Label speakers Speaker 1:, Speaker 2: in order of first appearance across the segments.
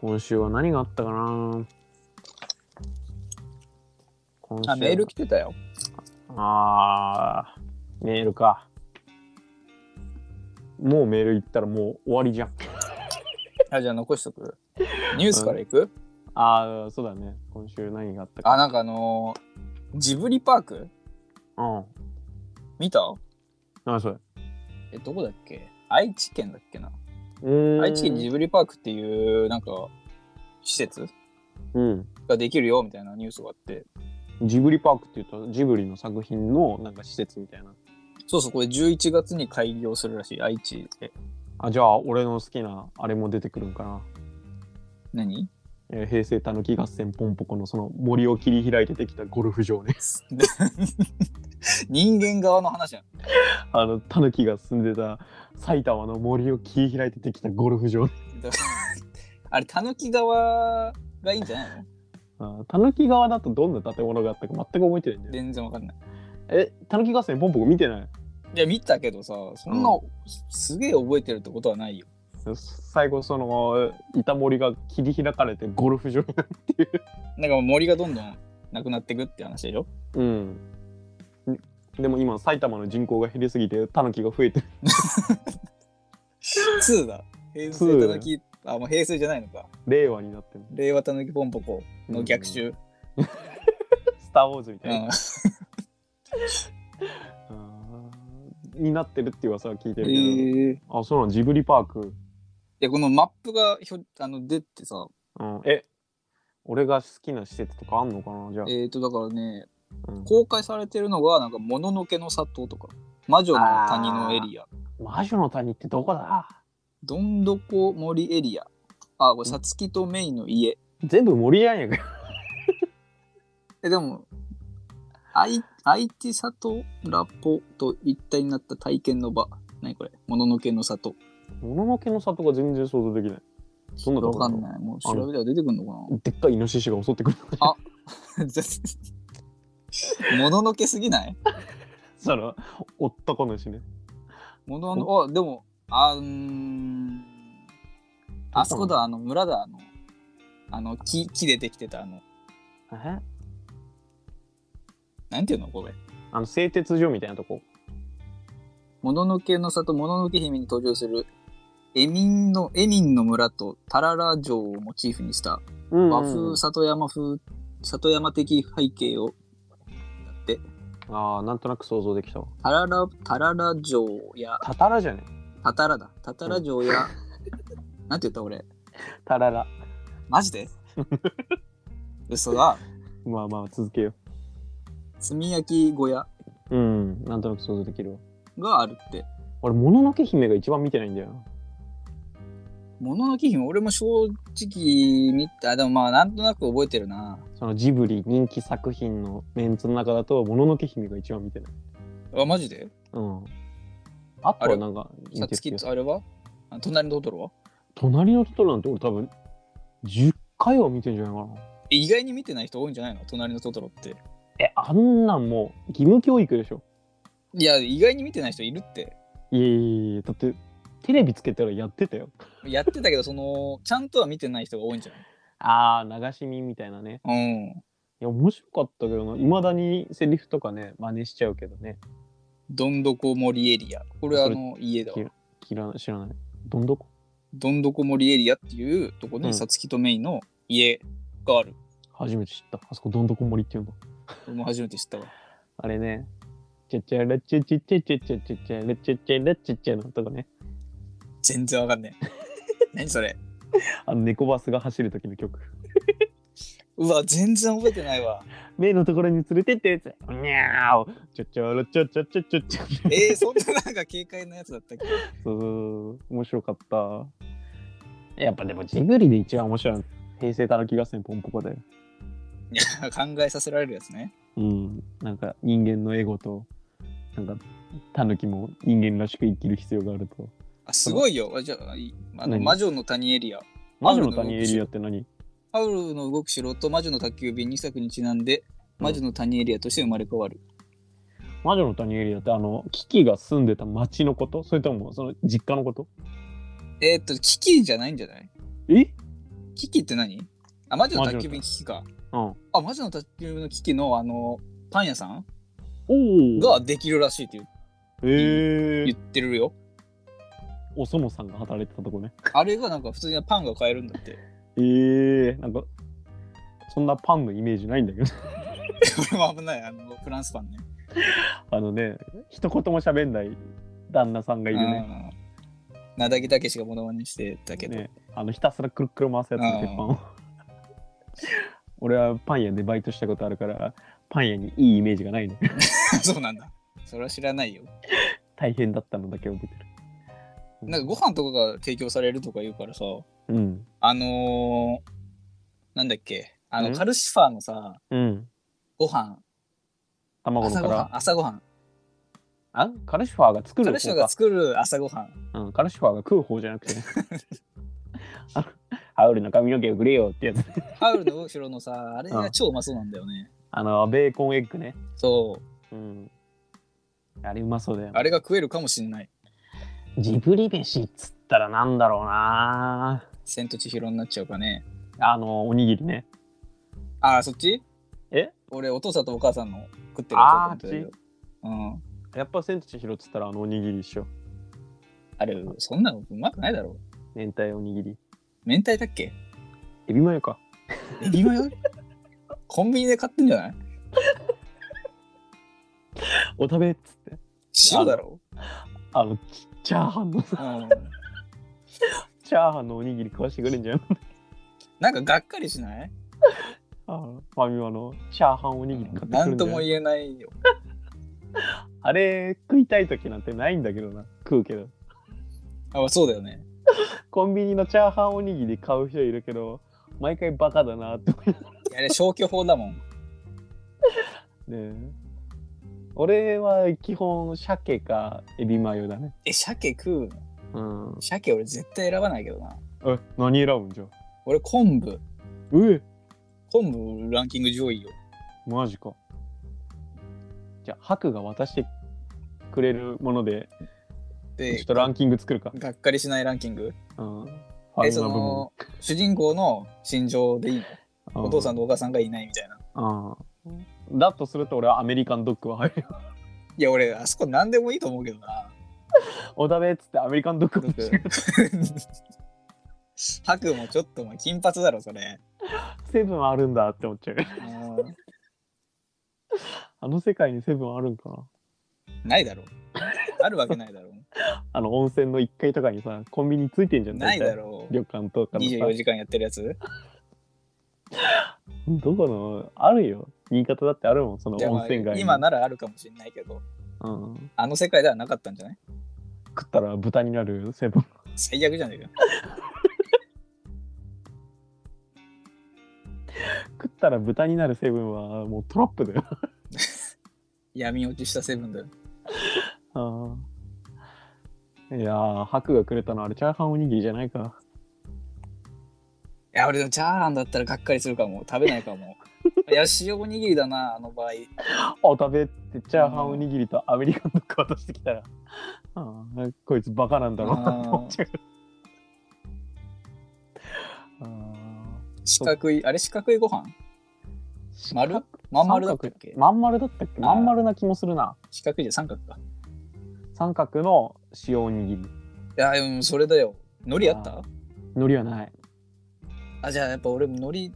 Speaker 1: 今週は何があったかな今週
Speaker 2: あ、メール来てた よ。
Speaker 1: あーメールかもうメール行ったらもう終わりじゃん
Speaker 2: あ、じゃあ残しとく。ニュースからいく、
Speaker 1: ああそうだね今週何があったか
Speaker 2: あ、なんかあのージブリパーク
Speaker 1: うん
Speaker 2: 見た
Speaker 1: 何それ
Speaker 2: え、どこだっけ愛知県だっけな。
Speaker 1: うーん
Speaker 2: 愛知県ジブリパークっていう、なんか、施設
Speaker 1: うん
Speaker 2: ができるよみたいなニュースがあって。
Speaker 1: ジブリパークっていうとジブリの作品のなんか施設みたいな
Speaker 2: そうそう、これ11月に開業するらしい、愛知で。
Speaker 1: あじゃあ俺の好きなあれも出てくるんかな、
Speaker 2: 何
Speaker 1: えー平成たぬき合戦ポンポコのその森を切り開いてできたゴルフ場ね
Speaker 2: 人間側の 話やん。
Speaker 1: あのたぬきが住んでた埼玉の森を切り開いてできたゴルフ場
Speaker 2: だからあれ、たぬき側がいいんじゃないの
Speaker 1: あたぬき側だとどんな建物があったか全く覚えてないんだよね
Speaker 2: 全然わかんない。
Speaker 1: えたぬき合戦ポンポコ見てない
Speaker 2: いや、見たけどさ、そんな、
Speaker 1: う
Speaker 2: すげえ覚えてるってことはないよ。
Speaker 1: 最後その板森が切り開かれてゴルフ場 になるっていう
Speaker 2: なんかもう森がどんどんなくなってくって話でし ょ
Speaker 1: うんでも今埼玉の人口が減りすぎてタヌキが増えてる
Speaker 2: 2だ。平成たぬき、あ、もう平成じゃないのか。
Speaker 1: 令和になってる
Speaker 2: 令和たぬきぽんぽこの
Speaker 1: う
Speaker 2: 逆
Speaker 1: ん
Speaker 2: 襲。
Speaker 1: スター・ウォーズみた
Speaker 2: う
Speaker 1: い
Speaker 2: ん
Speaker 1: な、。うんになってるって噂は聞いてるけど、
Speaker 2: えー
Speaker 1: あそうなのジブリパーク、
Speaker 2: で、このマップがひょあの出てさ、
Speaker 1: うん、え俺が好きな施設とかあんのかなじゃあ、
Speaker 2: えっ、ー、と、だからね、
Speaker 1: うん
Speaker 2: 公開されてるのが、なんか、もののけの里とか、魔女の谷のエリア、
Speaker 1: 魔女の谷ってどこだ
Speaker 2: どんどこ森エリア、あ、これ、さつきとメイの家。
Speaker 1: 全部森やんやけど
Speaker 2: え、でも、あい、あいて里ラポと一体になった体験の場。何これもののけの里。
Speaker 1: もののけの里が全然想像できないどんなと
Speaker 2: わ
Speaker 1: こ
Speaker 2: か
Speaker 1: だろ
Speaker 2: ん
Speaker 1: う
Speaker 2: ない。もう調べたら出てくんのか
Speaker 1: でっかいイノシシが 襲ってくる
Speaker 2: なもののけすぎない
Speaker 1: その男のしね
Speaker 2: ものの、あ、でも、あうーん、あそこだ、あの、村だ、あの、あの木、木でできてた、あの、
Speaker 1: え
Speaker 2: なんていうのこれ。
Speaker 1: あの製鉄所みたいなとこ
Speaker 2: もののけの里、もののけ姫に登場する、エミンの、エミンの村とタララ城をモチーフにした、
Speaker 1: うん
Speaker 2: 和風、里山風、里山的背景を、だって、
Speaker 1: ああなんとなく想像できたわ
Speaker 2: タララ、タララ城や、
Speaker 1: たたらじゃね
Speaker 2: タタラだ、タタラ城や、なんて言った俺、
Speaker 1: たらら
Speaker 2: マジ で嘘だ、
Speaker 1: まあまあ続けよ
Speaker 2: 炭焼き小屋
Speaker 1: ううんなんとなく想像できるわ
Speaker 2: があるって。
Speaker 1: 俺もののけ姫が一番見てないんだよ
Speaker 2: もののけ姫、俺も正直見た、あでもまあ、なんとなく覚えてるな。
Speaker 1: そのジブリ人気作品のメンツの中だともののけ姫が一番見てない
Speaker 2: あ、マジで
Speaker 1: うんあとはなんか
Speaker 2: さ
Speaker 1: 見て
Speaker 2: つ
Speaker 1: るけ
Speaker 2: き
Speaker 1: ど
Speaker 2: とあれはあ隣のトトロは
Speaker 1: 隣のトトロなんて俺多分10回は見てんじゃないかな
Speaker 2: え意外に見てない人多いんじゃないの隣のトトロって。
Speaker 1: えあんなんもう義務教育でしょ
Speaker 2: いや、意外に見てない人いるって。
Speaker 1: いやいやいやだってテレビつけたらやってたよ
Speaker 2: やってたけど、その、ちゃんとは見てない人が多いんじゃ
Speaker 1: ああ流し見みたいなね
Speaker 2: ないうん。
Speaker 1: いや面白かったけどないまだにセリフとかね真似しちゃうけどね
Speaker 2: どんどこ森エリア。これはあ
Speaker 1: それ
Speaker 2: の、家だわ
Speaker 1: き。知ら知らないどんどこ
Speaker 2: どんどこ森エリアっていうとこ
Speaker 1: うん
Speaker 2: に、さつきとメイの家がある。
Speaker 1: 初めて知ったあそこどんどこ森っていうの
Speaker 2: 俺も初めて知ったわ。
Speaker 1: あれねちゃちゃらちゃちゃちゃちゃちゃちゃちゃらちゃちゃらちゃちゃのとこね
Speaker 2: 全然わかんねえ。 何それ
Speaker 1: あの猫バスが走る時の曲
Speaker 2: うわ、全然覚えてないわ。
Speaker 1: 目のところに連れてってやつにゃーおちゃちゃらちゃちゃちゃちゃちゃそう
Speaker 2: えー、そんななんか軽快なやつだったっけ
Speaker 1: そうそう面白かったやっぱでもジブリで一番面白いの平成たぬき合戦ポンポコだよ
Speaker 2: いや考えさせられるやつね。
Speaker 1: うん、なんか人間のエゴとなんかタヌキも人間らしく生きる必要があると
Speaker 2: あすごいよ。あじゃあ、いあの
Speaker 1: 何
Speaker 2: 魔女の谷エリア。
Speaker 1: 魔女の谷エリアって何
Speaker 2: ハウルの動く城と魔女の宅急便2作にちなんで、魔女の谷エリアとして生まれ変わる。
Speaker 1: 魔女の谷エリアってあのキキが住んでた町のことそれともその実家のこと
Speaker 2: えーっと、キキじゃないんじゃない
Speaker 1: え
Speaker 2: キキって何あ、魔女の宅急便キキか。
Speaker 1: うん。お
Speaker 2: あ、魔女の宅急便のキキの、あの、パン屋さん
Speaker 1: お。
Speaker 2: ができるらしいって言う
Speaker 1: へえ
Speaker 2: 言。ってるよ。
Speaker 1: おそのさんが働いてたとこね。
Speaker 2: あれがなんか普通にパンが買えるんだって。
Speaker 1: ええ。なんか、そんなパンのイメージないんだけど。
Speaker 2: これも危ない、あの、フランスパンね。
Speaker 1: あのね、一言も喋んない旦那さんがいるね。
Speaker 2: うんなだぎたけしがモノマネしてたけど。
Speaker 1: ねあのひたすらくるくる回すやつ
Speaker 2: あ
Speaker 1: の
Speaker 2: ー
Speaker 1: 鉄板を。俺はパン屋でバイトしたことあるから、パン屋にいいイメージがないね。
Speaker 2: そうなんだ。それは知らないよ。
Speaker 1: 大変だったのだけ覚えてる。
Speaker 2: なんかご飯とかが提供されるとか言うからさ、
Speaker 1: うん。
Speaker 2: あのー、なんだっけ、あ
Speaker 1: ん
Speaker 2: の、カルシファーのさ、
Speaker 1: うん。
Speaker 2: ご飯、
Speaker 1: 卵の
Speaker 2: 朝ごはん
Speaker 1: 殻。、
Speaker 2: 朝ごはん。
Speaker 1: あカルシファーが作
Speaker 2: カ
Speaker 1: る
Speaker 2: ルシファ
Speaker 1: 方
Speaker 2: ーが
Speaker 1: か。
Speaker 2: 作る朝ごはん。
Speaker 1: うん、カルシファーが食う方じゃなくて ね。あのハウルの髪の毛をくれよってやつ。
Speaker 2: ハウルの後ろ のさ、あれが超うまそうなんだよね。
Speaker 1: あの、ベーコンエッグね。
Speaker 2: そう。
Speaker 1: うん。あれうまそうだよ。
Speaker 2: あれが食えるかもしんない。
Speaker 1: ジブリ飯っつったらなんだろうな
Speaker 2: 千と千尋になっちゃうかね。
Speaker 1: あの、おにぎりね。
Speaker 2: ああ、そっち
Speaker 1: え
Speaker 2: 俺、お父さんとお母さんの食ってる
Speaker 1: あー
Speaker 2: やつだと思ってたけどうん。
Speaker 1: やっぱ千と千尋っつったらあのおにぎり一緒。
Speaker 2: あれ、そんなのうまくないだろ。
Speaker 1: 明太おにぎり。
Speaker 2: 明太だっ け
Speaker 1: エビマヨか。
Speaker 2: エビマヨコンビニで買ってんじゃない
Speaker 1: お食べっつって。
Speaker 2: 塩だろ。
Speaker 1: あの、チチャーハンの、
Speaker 2: うん。
Speaker 1: チャーハンのおにぎり食わしてくれんじゃん。
Speaker 2: なんかがっかりしない
Speaker 1: あのファミマのチャーハンおにぎり買ってくるんじゃ
Speaker 2: なんとも言えないよ。
Speaker 1: あれ食いたい時なんてないんだけどな食うけど
Speaker 2: あ、そうだよね。
Speaker 1: コンビニのチャーハンおにぎり買う人いるけど毎回バカだなって思い
Speaker 2: あれ消去法だもん。
Speaker 1: ね俺は基本鮭かエビマヨだね
Speaker 2: え、鮭食うの
Speaker 1: うん
Speaker 2: 鮭俺絶対選ばないけどな。
Speaker 1: え何選ぶんじゃあ
Speaker 2: 俺昆布。
Speaker 1: え
Speaker 2: 昆布ランキング上位よ。
Speaker 1: マジかじゃあ白が渡してくれるものでちょ
Speaker 2: で
Speaker 1: っ、とランキング作るか
Speaker 2: がっかりしないランキング。
Speaker 1: うんフ
Speaker 2: え、
Speaker 1: ァミ
Speaker 2: そ
Speaker 1: マ部門
Speaker 2: の、主人公の心情でいいのお父さんとお母さんがいないみたいな。
Speaker 1: うんうんだとすると俺はアメリカンドッグは入る よ
Speaker 2: いや、俺、あそこ何でもいいと思うけどな。
Speaker 1: おだべっつってアメリカンドッグ
Speaker 2: 僕 白もちょっとお前金髪だろ、それ。
Speaker 1: セブンあるんだって思っちゃう
Speaker 2: うん
Speaker 1: あの世界にセブンあるんかな
Speaker 2: ないだろ。あるわけないだろ。
Speaker 1: あの温泉の1階とかにさ、コンビニついてんじゃん。
Speaker 2: ないだ
Speaker 1: ろ。
Speaker 2: ろ。
Speaker 1: 旅館とかの
Speaker 2: 24
Speaker 1: さ。
Speaker 2: 時間やってるやつ
Speaker 1: どこの、あるよ。新潟だってあるもん、その
Speaker 2: いやまあ
Speaker 1: 温泉街に。
Speaker 2: 今ならあるかもしれないけど、
Speaker 1: うん。
Speaker 2: あの世界ではなかったんじゃない
Speaker 1: 食ったら豚になるセブン。
Speaker 2: 最悪じゃねえか。
Speaker 1: 食ったら豚になるセブンはもうトラップだよ。
Speaker 2: 闇落ちしたセブンだよ。
Speaker 1: あーいやー、白がくれたのあれ、チャーハンおにぎりじゃないか。
Speaker 2: いや、俺でもチャーハンだったらがっかりするかも。食べない かも。いや、塩おにぎりだな、あの場合。
Speaker 1: お食べってチャーハンおにぎりとアメリカンドッグ渡してきたら、あーこいつバカなんだろうなって思っちゃう。あー
Speaker 2: 四角い、あれ四角いご飯丸まん丸だったっけ
Speaker 1: まん丸だったっけまん丸な気もするな。
Speaker 2: 四角いじゃん三角か。
Speaker 1: 三角の塩おにぎり。
Speaker 2: いや、うん、それだよ。海苔あった
Speaker 1: 海苔はない。
Speaker 2: あじゃあやっぱ俺も海苔、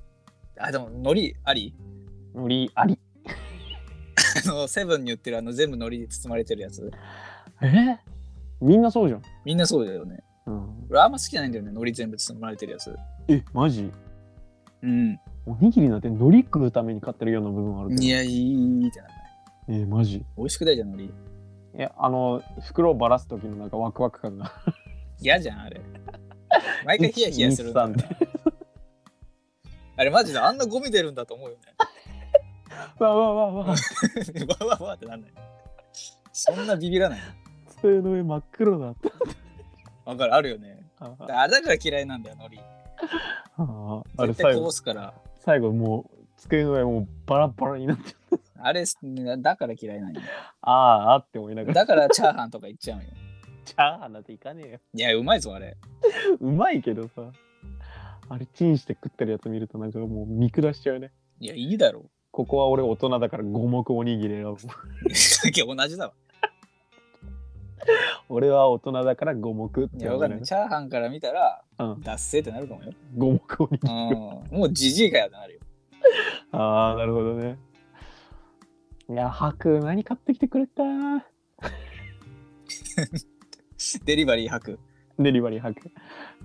Speaker 2: あ、でも海苔あり
Speaker 1: 海苔あり。
Speaker 2: あの、セブンに売ってるあの全部海苔で包まれてるやつ。
Speaker 1: えみんなそうじゃん。
Speaker 2: みんなそうだよね。
Speaker 1: うん、
Speaker 2: 俺あんま好きじゃないんだよね、海苔全部包まれてるやつ。
Speaker 1: え、マジ
Speaker 2: うん。
Speaker 1: おにぎりなんて海苔食うために買ってるような部分あるけど
Speaker 2: い。や、いいってならない。
Speaker 1: えーマジ
Speaker 2: 美味しくないじゃん、海苔。
Speaker 1: え、あの、袋をばらす時のなんかワクワク感が。
Speaker 2: 嫌じゃ ん、あれ。毎回ヒヤヒヤするんだよ
Speaker 1: 1 2 3
Speaker 2: あれマジであんなゴミ出るんだと思うよ
Speaker 1: わわわわ。
Speaker 2: ね。 わわわってなんない。そんなビビらない。
Speaker 1: 机の上真っ黒だった。
Speaker 2: わかる、あるよね。
Speaker 1: あ
Speaker 2: だ
Speaker 1: ー
Speaker 2: からだから嫌いなんだよ、海
Speaker 1: あーあ
Speaker 2: 苔。
Speaker 1: れ
Speaker 2: 絶対
Speaker 1: 最
Speaker 2: こぼ
Speaker 1: 後、
Speaker 2: すから。
Speaker 1: 最後もう机の上もうバラバラになって。
Speaker 2: あれ、だから嫌いなんよ。
Speaker 1: あああって思いながら。
Speaker 2: だからチャーハンとかいっちゃうんよ。
Speaker 1: チャーハンなんていかねえよ。
Speaker 2: いや、うまいぞ、あれ。
Speaker 1: うまいけどさ。あれチンして食ってるやつ見るとなんかもう見下しちゃうね。
Speaker 2: いや、いいだろ う。
Speaker 1: ここは俺大人だから五目おにぎり選ぶ。
Speaker 2: さっき同じだわ。
Speaker 1: 俺は大人だから五目って
Speaker 2: い
Speaker 1: 言
Speaker 2: や、わ
Speaker 1: われ
Speaker 2: かんな
Speaker 1: る
Speaker 2: い。。チャーハンから見たら、
Speaker 1: うん
Speaker 2: 脱製ってなるかもよ。
Speaker 1: 五目おにぎ
Speaker 2: う
Speaker 1: り。
Speaker 2: ん。もうじじいかよってなるよ。
Speaker 1: ああ、なるほどね。いや、ハク何買ってきてくれた
Speaker 2: デリバリー吐く。
Speaker 1: デリバリーハク。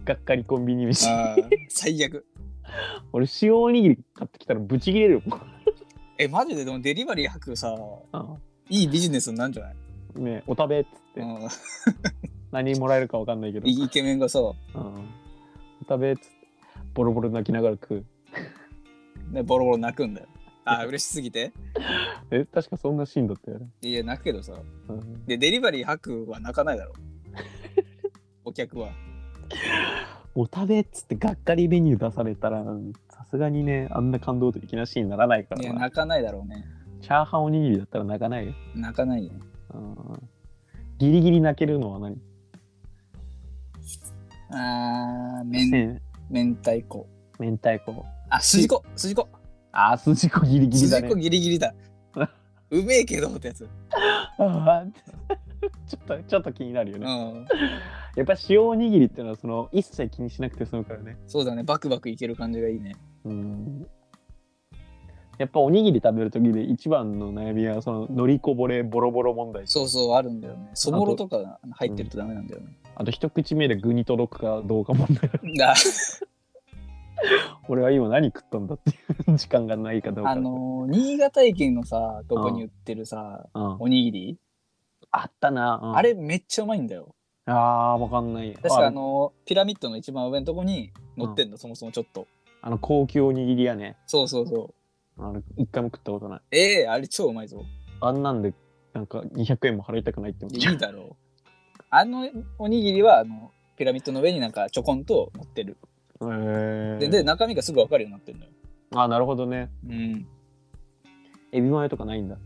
Speaker 1: がっかりコンビニ飯。
Speaker 2: ああ、最悪。
Speaker 1: 俺塩おにぎり買ってきたらブチ切れ るよ。
Speaker 2: え、マジででもデリバリー吐くさ、
Speaker 1: うん
Speaker 2: いいビジネスになんじゃない
Speaker 1: ねお食べっつって、
Speaker 2: うん。
Speaker 1: 何もらえるかわかんないけど、
Speaker 2: イケメンがさ、
Speaker 1: うん、お食べっつってボロボロ泣きながら食う
Speaker 2: ね、ボロボロ泣くんだよ。ああ、嬉しすぎて。
Speaker 1: え確かそんなシーンだったよね、
Speaker 2: いや、泣くけどさ。
Speaker 1: うん、
Speaker 2: で、デリバリー吐くは泣かないだろ。お客は。
Speaker 1: お食べっつってがっかりメニュー出されたらさすがにねあんな感動的なシーンにならないか
Speaker 2: いや、
Speaker 1: らな
Speaker 2: 泣かないだろうね。
Speaker 1: チャーハンおにぎりだったら泣かないよ、
Speaker 2: 泣かないよ。
Speaker 1: うん、ギリギリ泣けるのは何
Speaker 2: あー、めん、
Speaker 1: せん
Speaker 2: 明太子。
Speaker 1: 明太子
Speaker 2: あ、筋子、筋子。
Speaker 1: あー筋子ギリギリだ
Speaker 2: 筋
Speaker 1: ね
Speaker 2: 子ギリギリだ。 うめえけどってやつ。
Speaker 1: あーちょっとちょっと気になるよ
Speaker 2: う
Speaker 1: ね、
Speaker 2: ん。
Speaker 1: やっぱ塩おにぎりっていうのはその一切気にしなくて済むからね
Speaker 2: そうだね。バクバクいける感じがいいね。
Speaker 1: うんやっぱおにぎり食べる時で一番の悩みはその乗りこぼれボロボロ問題
Speaker 2: そうそう、あるんだよね。そぼろとか入ってるとダメなんだよね。
Speaker 1: あと一口目で具に届くかどうか問題
Speaker 2: だ
Speaker 1: 俺は今何食ったんだっていう時間がないかどうか
Speaker 2: あのー、新潟県のさ、どこに売ってるさ、
Speaker 1: うん
Speaker 2: おにぎり、
Speaker 1: あったな、うん
Speaker 2: あれめっちゃうまいんだよ。
Speaker 1: あーわかんない
Speaker 2: 確かあのー、ピラミッドの一番上のとこに乗ってんの、そもそもちょっと。
Speaker 1: あの高級おにぎりやね
Speaker 2: そうそうそう。
Speaker 1: あれ一回も食ったことない
Speaker 2: ええあれ超うまいぞ。
Speaker 1: あんなんでなんか200円も払いたくないって思っ
Speaker 2: い
Speaker 1: ちゃ
Speaker 2: やいういだろう。あのおにぎりは、あの、ピラミッドの上になんかちょこんと乗ってる。
Speaker 1: へ
Speaker 2: で、
Speaker 1: ー
Speaker 2: で中身がすぐわかるようになってるのよ。
Speaker 1: あなるほどね
Speaker 2: うん。
Speaker 1: エビマヨとかないんだ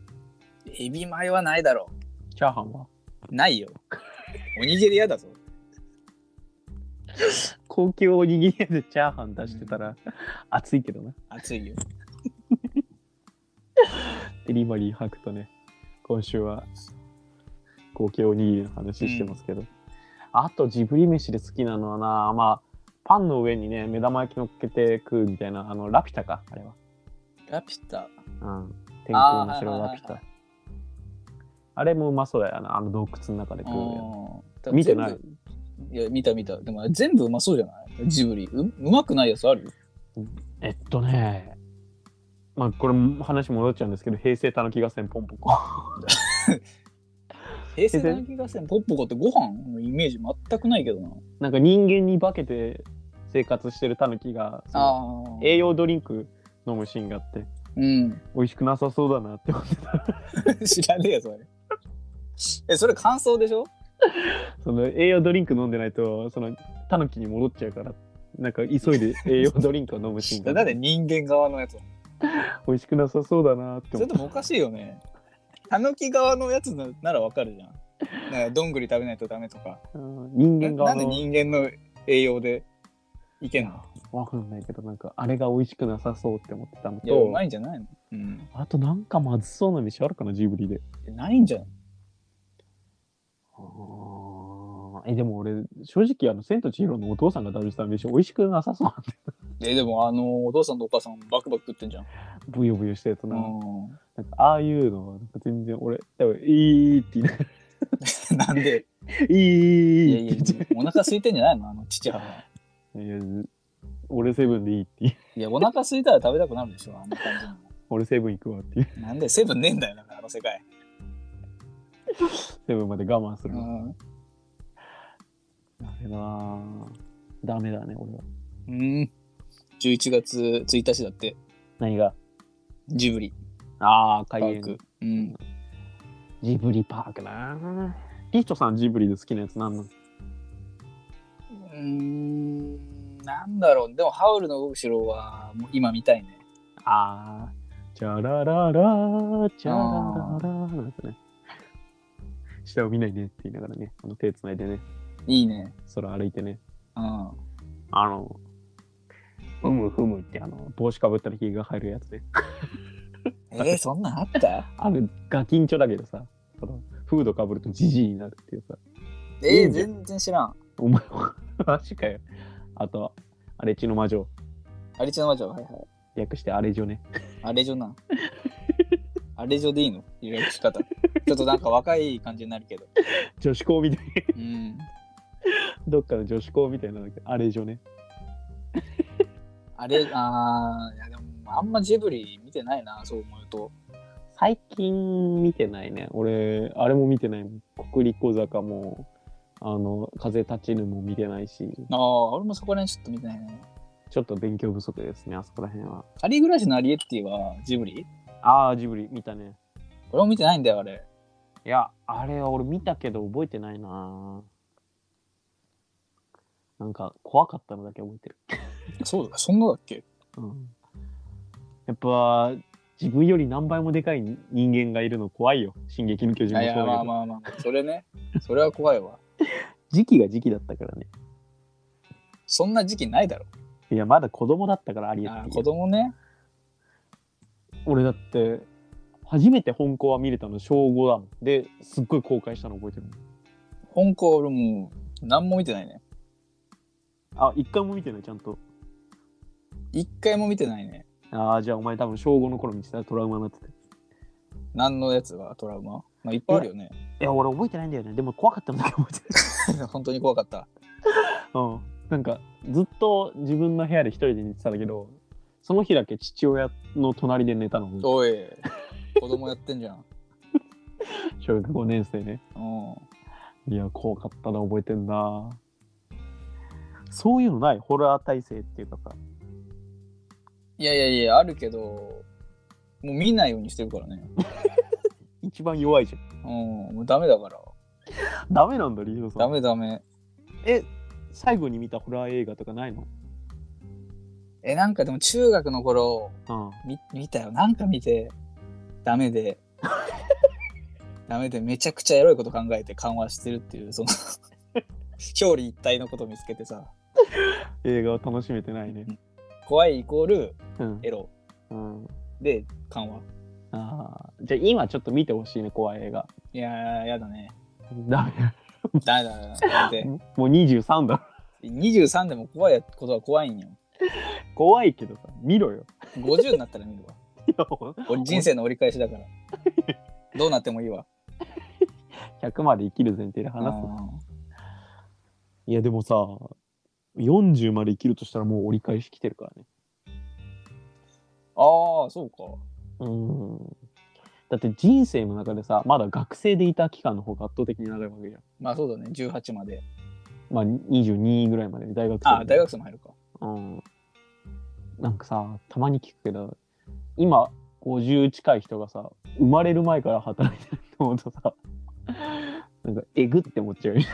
Speaker 2: エビマヨはないだろ
Speaker 1: チャーハンは
Speaker 2: う。ないよ。おにぎり屋だぞ。
Speaker 1: 高級おにぎり屋でチャーハン出してたら、熱いけどな
Speaker 2: 熱いよ。
Speaker 1: デリバリーハクとね今週は高級おにぎりの話してますけど、あとジブリ飯で好きなのはなまあパンの上にね目玉焼き乗っけて食うみたいなあのラピュタかあれは、
Speaker 2: ラピュタ。
Speaker 1: うん、天空の城ラピュ
Speaker 2: あーはいはいはいは
Speaker 1: タあれもうまそうだよなあの洞窟の中で食うや
Speaker 2: うん
Speaker 1: 見てない
Speaker 2: 全部いや、見た見た。でも全部うまそうじゃないジブリ。ううまくないやつある
Speaker 1: つえっとねまあこれ話戻っちゃうんですけど平成たぬき合戦ポンポ コ
Speaker 2: 平成の気がせん。ポッポコってご飯のイメージ全くないけどな。
Speaker 1: なんか人間に化けて生活してるタヌキがその
Speaker 2: ああ。
Speaker 1: 栄養ドリンク飲むシーンがあって
Speaker 2: うん。
Speaker 1: 美味しくなさそうだなって思ってた
Speaker 2: 知らねえよ、それ。え、それ感想でしょ
Speaker 1: その栄養ドリンク飲んでないとそのタヌキに戻っちゃうからなんか急 いで栄養ドリンクを飲むシーンが
Speaker 2: なんで人間側のやつなの
Speaker 1: 美味しくなさそうだなって
Speaker 2: そ
Speaker 1: 思
Speaker 2: れ
Speaker 1: っ
Speaker 2: でもおかしいよね。たぬき側のやつなならわかるじゃん。なんかどんぐり食べないとダメとか。
Speaker 1: たうん人間
Speaker 2: な
Speaker 1: 側
Speaker 2: んで
Speaker 1: の
Speaker 2: 人間の栄養でいけんの
Speaker 1: わかんないけどなんかあれが美味しくなさそうって思ってたの
Speaker 2: いや、う
Speaker 1: と
Speaker 2: まいんじゃないのうん。
Speaker 1: あとなんかまずそうな飯あるかなジブリで
Speaker 2: ないんじゃん。
Speaker 1: あーえでも俺正直あの「千と千尋」のお父さんが食べてた飯美味しくなさそう
Speaker 2: え、でもあの、お父さんとお母さんバクバク食ってんじゃん。
Speaker 1: ブヨブヨしたやつな、
Speaker 2: う
Speaker 1: なんかああいうのはなんか全然俺多分いいって言いながら
Speaker 2: ん。なんで、
Speaker 1: い
Speaker 2: いや
Speaker 1: い
Speaker 2: い
Speaker 1: って
Speaker 2: や
Speaker 1: 言っちゃ、
Speaker 2: お腹空いてんじゃないのあの、父母は。
Speaker 1: ういや俺セブンでいいって言う
Speaker 2: いや、お腹空いたら食べたくなるでしょ、あの感じの。
Speaker 1: 俺セブン行くわっていう
Speaker 2: なんで、セブンねえんだよ、だからあの世界。
Speaker 1: セブンまで我慢す
Speaker 2: う
Speaker 1: るの、
Speaker 2: ん。
Speaker 1: あれなダメだね俺は
Speaker 2: うん。11月1日だって、
Speaker 1: 何が
Speaker 2: ジブリ、
Speaker 1: ああ
Speaker 2: パ
Speaker 1: 開
Speaker 2: ー
Speaker 1: 園
Speaker 2: ク。うん。
Speaker 1: ジブリパークなリヒトさんジブリで好きなやつなんなの
Speaker 2: うーん、なんだろう。でも、ハウルの動く城は、もう今見たいね。
Speaker 1: ああチャラララチャラララなんですね下を見ないねって言いながらねあの手つないでね
Speaker 2: いいね。
Speaker 1: 空歩いてね
Speaker 2: うん。
Speaker 1: あの、ふむふむってあの帽子かぶったらひげが入るやつね
Speaker 2: えー、 そんなんあった
Speaker 1: あれガキンチョだけどさそのフードかぶるとジジイになるっていうさい
Speaker 2: え
Speaker 1: い
Speaker 2: ー、
Speaker 1: んじゃん
Speaker 2: 全然知らん。
Speaker 1: お前は マジかよあとアレジの魔女
Speaker 2: アレジョ魔女、はいはい。
Speaker 1: 略してアレジョね
Speaker 2: アレジ ョな。アレジョでいいの略し方。ちょっとなんか若い感じになるけど。
Speaker 1: 女子校みたいな
Speaker 2: うん。
Speaker 1: どっかの女子校みたいなのだけどアレジョね
Speaker 2: あれ、あー、いやでも、あんまジブリ見てないな、そう思うと。
Speaker 1: 最近見てないね俺あれも見てないもん国立小坂もあの風立ちぬも見てないし
Speaker 2: ああ、俺もそこら辺ちょっと見てないね。
Speaker 1: ちょっと勉強不足ですねあそこら辺は
Speaker 2: 仮暮らしのアリエッティはジブリ
Speaker 1: ああジブリ見たね
Speaker 2: 俺も見てないんだよ、あれ。
Speaker 1: いやあれは俺見たけど覚えてないななんか怖かったのだけ覚えてる
Speaker 2: そうだ、そんなだっけ
Speaker 1: うんやっぱ自分より何倍もでかい人間がいるの怖いよ「進撃の巨
Speaker 2: い
Speaker 1: 人」も
Speaker 2: や
Speaker 1: そ
Speaker 2: いう
Speaker 1: だ
Speaker 2: や、
Speaker 1: けど、
Speaker 2: まあまあまあまあ、それね。それは怖いわ。
Speaker 1: 時期が時期だったからね
Speaker 2: そんな時期ないだろ。
Speaker 1: いやまだ子供だったからありえ
Speaker 2: あ
Speaker 1: な
Speaker 2: ー
Speaker 1: い
Speaker 2: 子供ね。
Speaker 1: 俺だって初めて本校は見れたの小5だもんですっごい後悔したの覚えてるもん
Speaker 2: 本校俺もう、何も見てないね。
Speaker 1: あ一回も見てないちゃんと
Speaker 2: 一回も見てないね。
Speaker 1: ああじゃあお前多分小5の頃見てたらトラウマになってて
Speaker 2: 何のやつがトラウマまあ、いっぱいあるよね。
Speaker 1: いや俺覚えてないんだよねでも怖かったのだけ覚えてる
Speaker 2: 本当に怖かった。
Speaker 1: うんなんかずっと自分の部屋で一人で寝てたんだけどその日だけ父親の隣で寝たの覚えてる
Speaker 2: おい、子供やってんじゃん。
Speaker 1: 小学5年生ね
Speaker 2: うん。
Speaker 1: いや、怖かったな、覚えてんな。そういうのないホラー体制っていうかさ。
Speaker 2: いやいやいや、あるけど、もう見ないようにしてるからね。
Speaker 1: 一番弱いじゃ
Speaker 2: うん、もうダメだから。
Speaker 1: ん。ダメなんだ、リードさ
Speaker 2: ダ
Speaker 1: ん。
Speaker 2: メダメ。
Speaker 1: え、最後に見たホラー映画とかないの
Speaker 2: え、なんかでも中学の頃、
Speaker 1: うん。
Speaker 2: み見たよ。なんか見て、ダメで。 ダメで、めちゃくちゃエロいこと考えて緩和してるっていう、その、 表裏一体のこと見つけてさ、
Speaker 1: 映画を楽しめてないね。
Speaker 2: 怖いイコール
Speaker 1: うん。
Speaker 2: エロ
Speaker 1: うん、
Speaker 2: で緩和。
Speaker 1: あーじゃあ、今ちょっと見てほしいね、怖い映画。
Speaker 2: いやー、やだね。
Speaker 1: ダメだ。
Speaker 2: ダメだダメだ。ダメ で
Speaker 1: もう23だ。
Speaker 2: 23でも怖いことは怖いんよ。
Speaker 1: 怖いけどさ、見ろよ。
Speaker 2: 50になったら見るわ。
Speaker 1: いやもう
Speaker 2: 俺人生の折り返しだから。どうなってもいいわ。
Speaker 1: 100まで生きる前提で話す。
Speaker 2: う
Speaker 1: いや、でもさ、40まで生きるとしたらもう折り返し来てるからね。
Speaker 2: んああ、そうか。
Speaker 1: うんだって人生の中でさまだ学生でいた期間の方が圧倒的に長いわけじゃん。
Speaker 2: まあそうだね。18まで。
Speaker 1: まあ22ぐらいまで大学生
Speaker 2: ああ、大学生も入るか。
Speaker 1: うん。なんかさたまに聞くけど今50近い人がさ生まれる前から働いてると思うとさ なんかえぐって思っちゃうよね。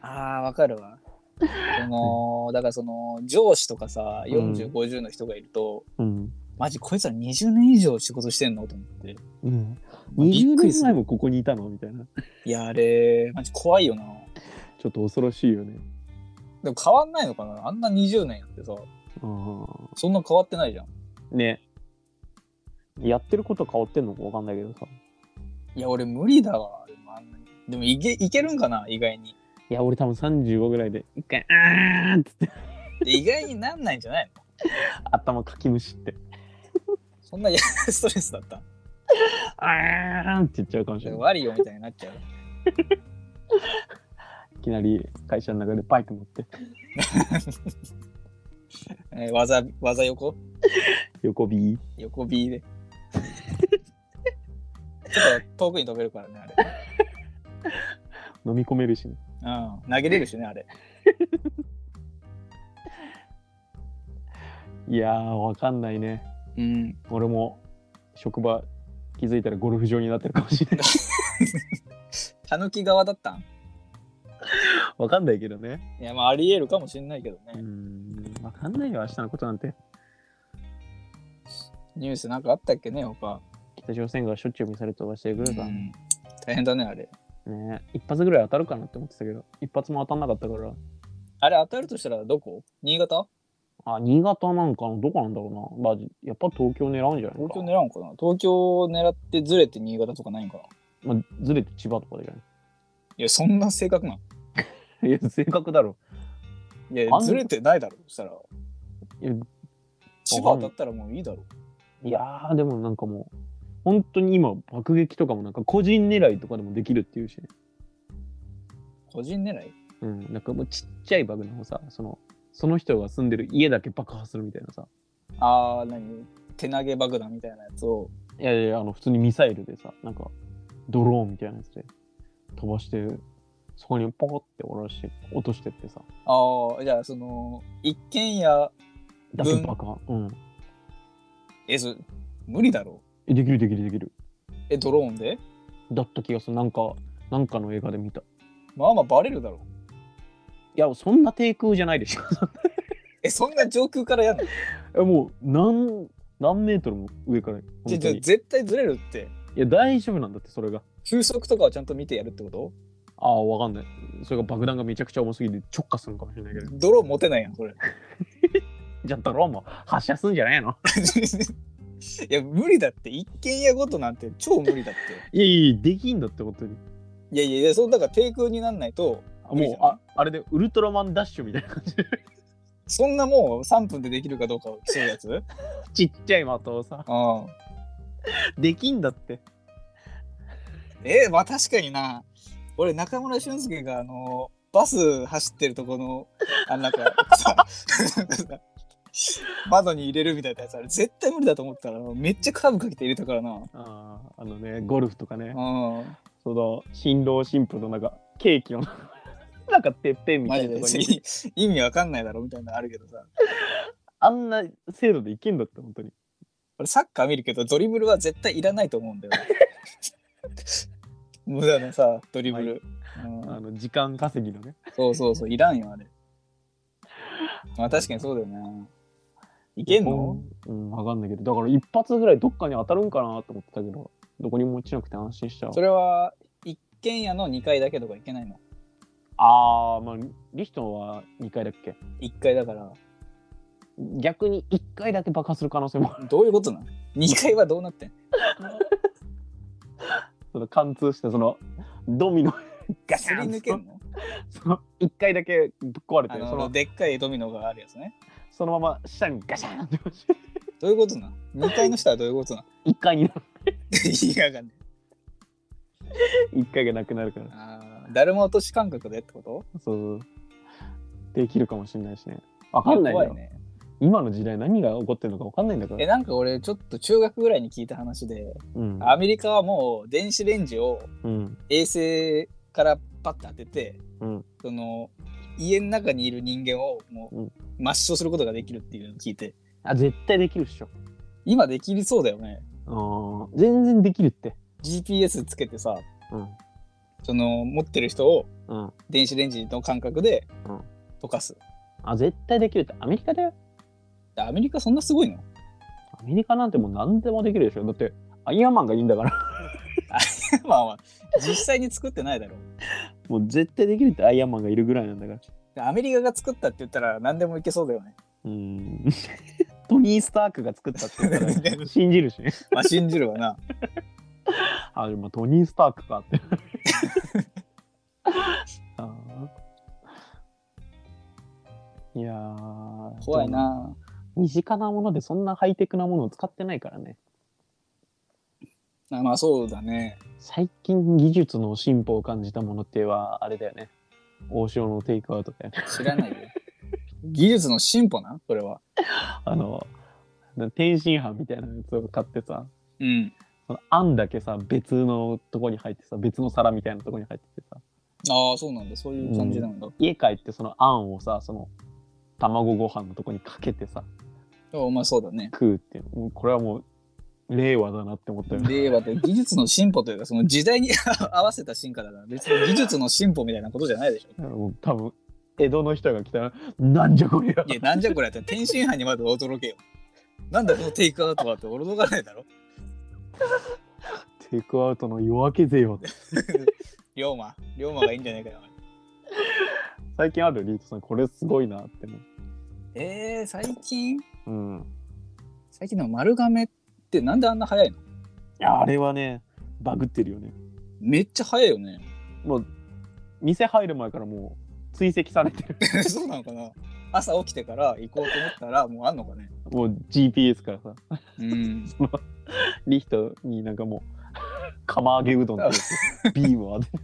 Speaker 2: ああ、わかるわ。その、 だからその、上司とかさ、40、
Speaker 1: うん
Speaker 2: 50の人がいると、
Speaker 1: うん。
Speaker 2: マジこいつら20年以上仕事してんのと思って。
Speaker 1: うん、
Speaker 2: びっ
Speaker 1: 20
Speaker 2: くりす
Speaker 1: 年
Speaker 2: る
Speaker 1: 前もここにいたのみたいな。
Speaker 2: いや、あれ、マジ怖いよな。
Speaker 1: ちょっと恐ろしいよね。
Speaker 2: でも変わんないのかなあんな20年やってさ、
Speaker 1: う
Speaker 2: そんな変わってないじゃん。
Speaker 1: ん。ね。やってること変わってんのかわかんないけどさ。
Speaker 2: いや、俺無理だわ。でもあんなにでもいけ、いけるんかな意外に。
Speaker 1: いや、俺多分35ぐらいで、一回、あーっつって、
Speaker 2: で意外になんないんじゃないの
Speaker 1: 頭かきむしって、
Speaker 2: そんなストレスだった。
Speaker 1: あーって言っちゃうかもしれない。
Speaker 2: ワリオみたいになっちゃう。
Speaker 1: いきなり会社の中でバイク乗って、
Speaker 2: えー技、技横
Speaker 1: 横ビー。
Speaker 2: 横 B で。 ちょっと遠くに飛べるからね、あれ。
Speaker 1: 飲み込めるしね。
Speaker 2: うん、投げれるしね、あれ。
Speaker 1: いやー、わかんないね。
Speaker 2: うん。
Speaker 1: 俺も、職場、気づいたらゴルフ場になってるかもし れない。
Speaker 2: たぬき側だったん
Speaker 1: わかんないけどね。
Speaker 2: いや、まあ、ありえるかもしれないけど
Speaker 1: うー
Speaker 2: ね。
Speaker 1: ん、わかんないよ、明日のことなんて。
Speaker 2: ニュースなんかあったっけね、他。
Speaker 1: 北朝鮮がしょっちゅうミサイル飛ばしてくるから、
Speaker 2: うん大変だね、あれ。
Speaker 1: ね。一発ぐらい当たるかなって思ってたけど、一発も当たんなかったから、
Speaker 2: あれ、当たるとしたらどこ新潟
Speaker 1: あ、新潟なんかのどこなんだろうな。まあ、やっぱ東京狙うんじゃないか。
Speaker 2: 東京狙うんかな東京狙ってずれて新潟とかないんかな
Speaker 1: まあ、ずれて千葉とかでじゃ
Speaker 2: いや、そんな性格なん
Speaker 1: ない。いや、正確だろ。
Speaker 2: いや
Speaker 1: あ、ん
Speaker 2: ずれてないだろ。そしたら、
Speaker 1: いや
Speaker 2: 千葉だったらもういいだろ。
Speaker 1: いやー、でもなんかもう、本当に今、爆撃とかもなんか個人狙いとかでもできるっていうしね。
Speaker 2: 個人狙い
Speaker 1: うん、なんかもうちっちゃいバグのもさ、その、その人が住んでる家だけ爆破するみたいなさ。
Speaker 2: あー、何手投げ爆弾みたいなやつを。
Speaker 1: いやいや、あの、普通にミサイルでさ、なんか、ドローンみたいなやつで飛ばして、そこにポコって下ろして、落としてってさ、
Speaker 2: ああ、じゃあ、その、一軒家、
Speaker 1: だけ爆破。うん。
Speaker 2: え、そ無理だろ。
Speaker 1: えできるできるできる。
Speaker 2: え、ドローンで
Speaker 1: だった気がする。なんか、なんかの映画で見た。い
Speaker 2: まあまあバレるだろ。
Speaker 1: や、そんな低空じゃないでしょ。
Speaker 2: え、そんな上空からやんの
Speaker 1: えもう、何、何メートルも上から。
Speaker 2: ちょ
Speaker 1: 本
Speaker 2: ち
Speaker 1: 当
Speaker 2: ょ
Speaker 1: にい
Speaker 2: 絶対ずれるって。
Speaker 1: や、大丈夫なんだって、それが。
Speaker 2: 風速とかをちゃんと見てやるってこと
Speaker 1: ああ、わかんない。それが爆弾がめちゃくちゃ重すぎて直下するのかもしれないけど。
Speaker 2: ドローン持てないやん、それ。
Speaker 1: じゃあ、ドローンも発射すんじゃないの
Speaker 2: いや、無理だって。一軒家ごとなんて超無理だっ て。
Speaker 1: いやいや、できんだって、本当に。
Speaker 2: いやいやいや、そんだから低空になんないと、
Speaker 1: あ
Speaker 2: 無理じ
Speaker 1: も
Speaker 2: ゃ
Speaker 1: う
Speaker 2: ない
Speaker 1: あ、あれでウルトラマンダッシュみたいな感じで。
Speaker 2: そんなもう3分でできるかどうかを競 うやつうん。
Speaker 1: ちっちゃい的をさ、 できんだって。
Speaker 2: えまあ確かにな。俺、中村俊輔が、あの、バス走ってるとこの、あのなんか、 さ窓に入れるみたいなやつ、あれ絶対無理だと思ったら、めっちゃカーブかけて入れたからな。
Speaker 1: ああ、あのね、ゴルフとかね、
Speaker 2: うん。
Speaker 1: その、新郎新婦のなんか、ケーキの、 なんかてっぺんみた
Speaker 2: マジ
Speaker 1: いな
Speaker 2: で
Speaker 1: とこに、
Speaker 2: 意 意味わかんないだろみたいなのあるけどさ。
Speaker 1: あんな精度でいけんだって、本当に。
Speaker 2: 俺サッカー見るけどドリブルは絶対いらないと思うん だよ。無駄なさドリブル、う
Speaker 1: あ
Speaker 2: ん。
Speaker 1: の、時間稼ぎのね。
Speaker 2: そうそうそういらんよあれ。まあ確かにそうだよね。いけんの
Speaker 1: うん、わかんないけど、だから一発ぐらいどっかに当たるんかなと思ってたけど、どこにも落ちなくて安心した。
Speaker 2: それは一軒家の2階だけとかいけないの
Speaker 1: ああ、まあ、リヒトンは2回だっけ
Speaker 2: ?1 階だから。
Speaker 1: 逆に1回だけ爆破する可能性もある。
Speaker 2: どういうことなの ?2 階はどうなってんの
Speaker 1: その貫通して、その、ドミノ、ガ
Speaker 2: すり
Speaker 1: シャン
Speaker 2: 抜けんの
Speaker 1: その1回だけぶっ壊れて
Speaker 2: あ
Speaker 1: その
Speaker 2: のでっかいドミノがあるやつね。
Speaker 1: そのまま下にガシャンって落ちて
Speaker 2: どういうことなの ?2 階の下はどういうことなの
Speaker 1: 1回に
Speaker 2: 意味わかんない。
Speaker 1: 一回がなくなるから
Speaker 2: あーだるま落とし感覚でってこと
Speaker 1: そうできるかもしれないしねわかんないよ
Speaker 2: 怖いね。
Speaker 1: 今の時代何が起こってるのかわかんないんだか
Speaker 2: え
Speaker 1: ら、
Speaker 2: なんか俺ちょっと中学ぐらいに聞いた話で
Speaker 1: うん
Speaker 2: アメリカはもう電子レンジを
Speaker 1: うん
Speaker 2: 衛星からパッと当てて
Speaker 1: うん、
Speaker 2: その家の中にいる人間をも
Speaker 1: う
Speaker 2: うん抹消することができるっていうのを聞いて
Speaker 1: あ絶対できるっしょ
Speaker 2: 今できりそうだよね
Speaker 1: あー全然できるって
Speaker 2: GPS つけてさ
Speaker 1: うん
Speaker 2: その持ってる人を
Speaker 1: うん
Speaker 2: 電子レンジの感覚で
Speaker 1: うん
Speaker 2: 溶かす
Speaker 1: あ絶対できるってアメリカだよ
Speaker 2: アメリカそんなすごいの
Speaker 1: アメリカなんてもう何でもできるでしょだってアイアンマンがいいんだから
Speaker 2: まあまあ実際に作ってないだろう
Speaker 1: もう絶対できるってアイアンマンがいるぐらいなんだから
Speaker 2: でアメリカが作ったって言ったら何でもいけそうだよね
Speaker 1: うん トニー・スタークが作ったって言った ら信じるしね
Speaker 2: まあ信じる わな
Speaker 1: あ、でもトニー・スタークか って。あーいやー
Speaker 2: 怖い。な
Speaker 1: 身近なものでそんなハイテクなものを使ってないからね。
Speaker 2: あまあそうだね。
Speaker 1: 最近技術の進歩を感じたものって言えばあれだよね。王将のテイクアウトだよね。
Speaker 2: 知らないよ。技術の進歩なそれは。
Speaker 1: あの、天津飯みたいなやつを買ってさ、
Speaker 2: うん。
Speaker 1: そのあんだけさ、別のとこに入ってさ、別の皿みたいなとこに入っててさ、
Speaker 2: ああ、そうなんだ。そういう感じなんだ。
Speaker 1: 家帰ってそのあんをさ、その卵ご飯のとこにかけてさ、
Speaker 2: おまあそうだね。
Speaker 1: 食うっていうもうこれはもう令和だなって思ったよね
Speaker 2: 令和って技術の進歩というか、その時代に 合わせた進化だから、別に技術の進歩みたいなことじゃないでしょ。
Speaker 1: もう多分江戸の人が来たら「なんじゃこりゃ
Speaker 2: いや、なんじゃこれやって、天津飯にまで驚けよ。なんだこのテイクアウトはって驚かないだろ。
Speaker 1: テイクアウトの夜明けぜよ」って
Speaker 2: 龍馬、龍馬がいいんじゃないかよ。
Speaker 1: 最近あるリートさんこれすごいなってね
Speaker 2: えー、最近
Speaker 1: うん。い
Speaker 2: 最近の丸亀ってなんであんな早いの
Speaker 1: や、あれはね、バグってるよね。
Speaker 2: めっちゃ早いよね。
Speaker 1: もう、店入る前からもう、追跡されてる。
Speaker 2: そうなのかな朝起きてから行こうと思ったらもうあんのかね。
Speaker 1: もう GPS からさ、
Speaker 2: うん。
Speaker 1: リヒトになんかもう、釜揚げうどんって いうビームを当てて、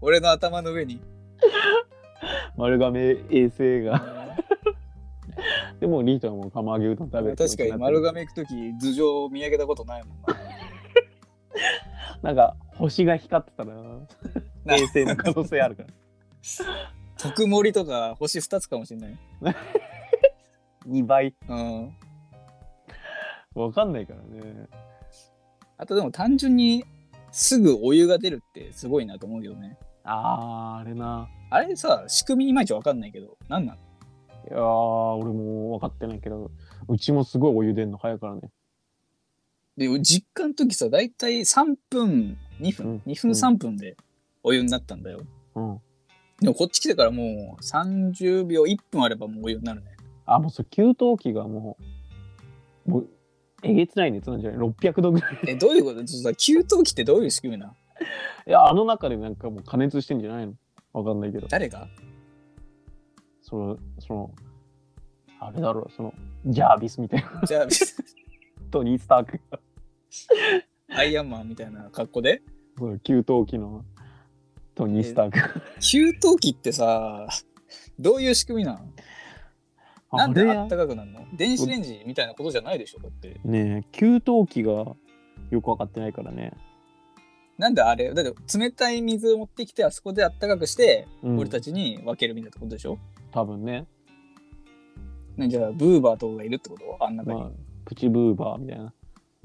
Speaker 2: 俺の頭の 上に。
Speaker 1: 丸亀衛星が。
Speaker 2: 確
Speaker 1: でもリヒトはもう釜揚げうどん食べて
Speaker 2: かに丸亀行く時頭上を見上げたことないもんな。
Speaker 1: なんか星が光ってたら
Speaker 2: な
Speaker 1: 衛星の可能性あるから
Speaker 2: 特盛りとか星2つかもしれない。
Speaker 1: 2倍
Speaker 2: うん。
Speaker 1: わかんないからね
Speaker 2: あとでも単純にすぐお湯が出るってすごいなと思うけどね。
Speaker 1: あーあれな
Speaker 2: あれさ、仕組みいまいちわかんないけど、なんなん
Speaker 1: いやー俺も分かってないけどうちもすごいお湯出んの早いからね
Speaker 2: で、実家の時さ、だいたい3分、2
Speaker 1: う
Speaker 2: 分
Speaker 1: ん、
Speaker 2: 2分3分でお湯になったんだよ。
Speaker 1: うん
Speaker 2: でもこっち来てからもう30秒、1分あればもうお湯になるね。
Speaker 1: あもうそう給湯器がもうもうえげつない熱なんじゃない600度ぐらい
Speaker 2: え、どういうことちょっとさ、給湯器ってどういう仕組みない
Speaker 1: やあの中でなんかもう加熱してんじゃないのわかんないけど
Speaker 2: 誰が
Speaker 1: そのそのあれだろうそのジャービスみたいな
Speaker 2: じゃあ、
Speaker 1: トニー・スタークが
Speaker 2: アイアンマンみたいな格好で
Speaker 1: そう給湯器のトニー・スタークが
Speaker 2: 給湯器ってさ、どういう仕組みなのなんであったかくなるの電子レンジみたいなことじゃないでしょだって。
Speaker 1: ねえ給湯器がよく分かってないからね、
Speaker 2: なんであれだって冷たい水を持ってきてあそこであったかくして、
Speaker 1: うん、
Speaker 2: 俺たちに分けるみたいなことでしょ、
Speaker 1: 多分ね、
Speaker 2: ねじゃあ、ブーバーとかがいるってことあん中に。
Speaker 1: まあ、プチブーバーみたいな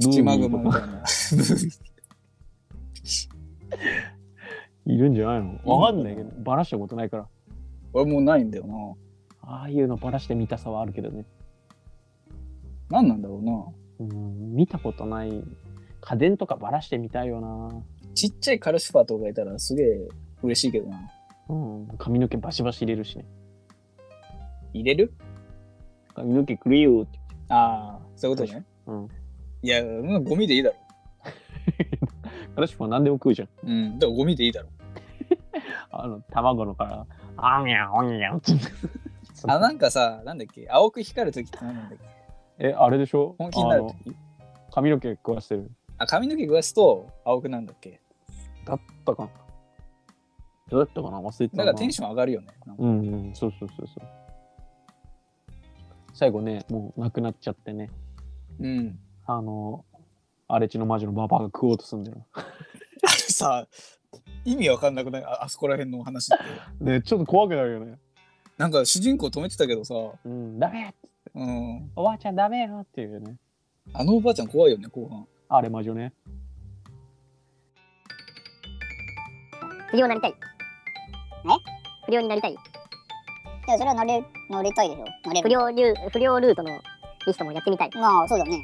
Speaker 2: プチマグマ
Speaker 1: ブービー
Speaker 2: み
Speaker 1: とか
Speaker 2: たいな。
Speaker 1: いるんじゃないの分かんないけどバラしたことないから
Speaker 2: 俺もうないんだよな。
Speaker 1: ああいうのバラして見たさはあるけどね、
Speaker 2: 何なんだろうな。
Speaker 1: うん、見たことない家電とかバラしてみたいよな
Speaker 2: ちっちゃいカルシファーとかいたらすげえ嬉しいけどな。
Speaker 1: うん、髪の毛バシバシ入れるしね
Speaker 2: 入れる
Speaker 1: 髪の毛くれよって
Speaker 2: ああ、そういうことね。
Speaker 1: うん
Speaker 2: いや、もうゴミでいいだろ。
Speaker 1: 私も何でも食うじゃん
Speaker 2: うん。だからゴミでいいだろ。
Speaker 1: あの卵のからあんにゃんあんにゃんって
Speaker 2: あ、なんかさ、なんだっけ、青く光る時って何なんだっけ
Speaker 1: えあれでしょ
Speaker 2: 本気になる
Speaker 1: あの
Speaker 2: 時
Speaker 1: 髪の毛食わしてる
Speaker 2: あ髪の毛食わすと青くなんだっけ
Speaker 1: だったかなどうだったかな忘れてた
Speaker 2: だ
Speaker 1: な
Speaker 2: からテンション上がるよね。なんか
Speaker 1: うんうんそうそうそうそう最後ねもう亡くなっちゃってね
Speaker 2: うん。
Speaker 1: あの荒地の魔女のババアが食おうとすんだよ
Speaker 2: あれさ、意味わかんなくないああそこら辺の話って。
Speaker 1: ねちょっと怖くなるよね
Speaker 2: なんか主人公止めてたけどさ、
Speaker 1: うんダメ
Speaker 2: うん。
Speaker 1: おばあちゃんダメよっていうね
Speaker 2: あのおばあちゃん怖いよね、後半。
Speaker 1: あれ魔女ね
Speaker 3: 不良になりたい。え不良になりたい。
Speaker 4: いや、それはなれ、なれたいでしょ。なれ
Speaker 3: 不
Speaker 4: る。
Speaker 3: 良ルー不良ルートのリストもやってみたい。
Speaker 4: まあ、そうだね。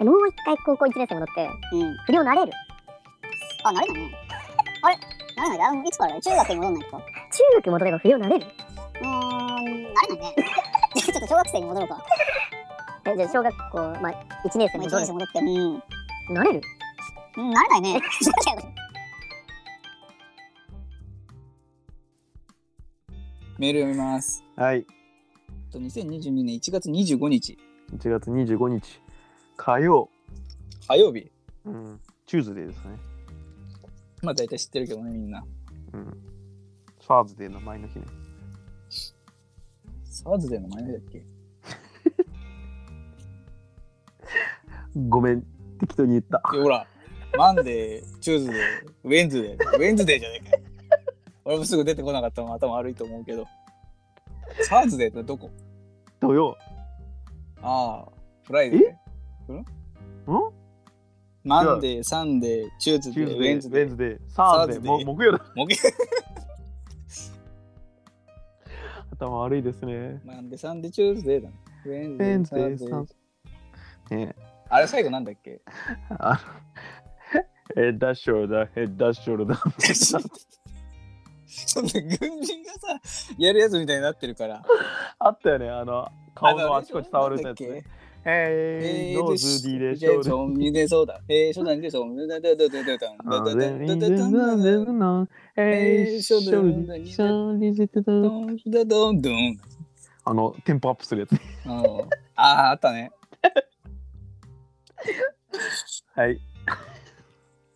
Speaker 3: でもう一回高校1年生戻って、
Speaker 4: うん。
Speaker 3: 不良なれる。
Speaker 4: あ、なれだね。 あれなれないあのいつから中学に戻んないとか。
Speaker 3: 中学戻れば不良なれる。
Speaker 4: うーん、なれないね。 ちょっと小学生に戻ろうか。
Speaker 3: えじゃあ小学校、まあ、1年生
Speaker 4: も
Speaker 3: 戻
Speaker 4: う一年
Speaker 3: れ
Speaker 4: 生戻って。うん。
Speaker 3: なれる。
Speaker 4: うんなれないね。
Speaker 2: メール読みます。
Speaker 1: はい
Speaker 2: えっと2022年1月25日、
Speaker 1: 1月25日火曜、
Speaker 2: 火曜日。
Speaker 1: うん、チューズデーですね、
Speaker 2: まあ大体知ってるけどね、みんな。
Speaker 1: うん、ファーズデーの前の日ね
Speaker 2: サーズデーの前の日だっけ
Speaker 1: ごめん適当に言った
Speaker 2: いやほら、マンデー、チューズデー、ウェンズデー、ウェンズデーじゃねえかよ。俺もすぐ出てこなかったもん、頭悪いと思うけど。サーズデーってどこ
Speaker 1: 土曜
Speaker 2: ああ、フライデー。
Speaker 1: ん
Speaker 2: マンデー、サンデー、チューズデー、ウェンズデー。
Speaker 1: ズデー、サーズデー、
Speaker 2: サーズデー
Speaker 1: も木曜だ。
Speaker 2: もう一回
Speaker 1: 頭悪いですね。
Speaker 2: マンデー、サンデー、チューズデーだね。ウェ
Speaker 1: ウ
Speaker 2: ンズデ
Speaker 1: ェン
Speaker 2: ー、
Speaker 1: ズ
Speaker 2: サ
Speaker 1: デー、
Speaker 2: ンデ
Speaker 1: サー
Speaker 2: ー
Speaker 1: ズ。ね
Speaker 2: あれ最後なんだっけ
Speaker 1: え、あの、ヘッダーショルダー、ヘッダーショルダー。
Speaker 2: そんな軍人がさ、やるやつみたいになってるから。
Speaker 1: あったよね、あの、顔のあちこち触るやつ、ね。へい、ノーズディレーショ ン。
Speaker 2: ン。ミデソーダ。えー、ショダンデソーダ。ダダダダダダダダダダダダダダドンドン。
Speaker 1: あの、テンポアップするやつ。
Speaker 2: ああ、あったね。
Speaker 1: はい。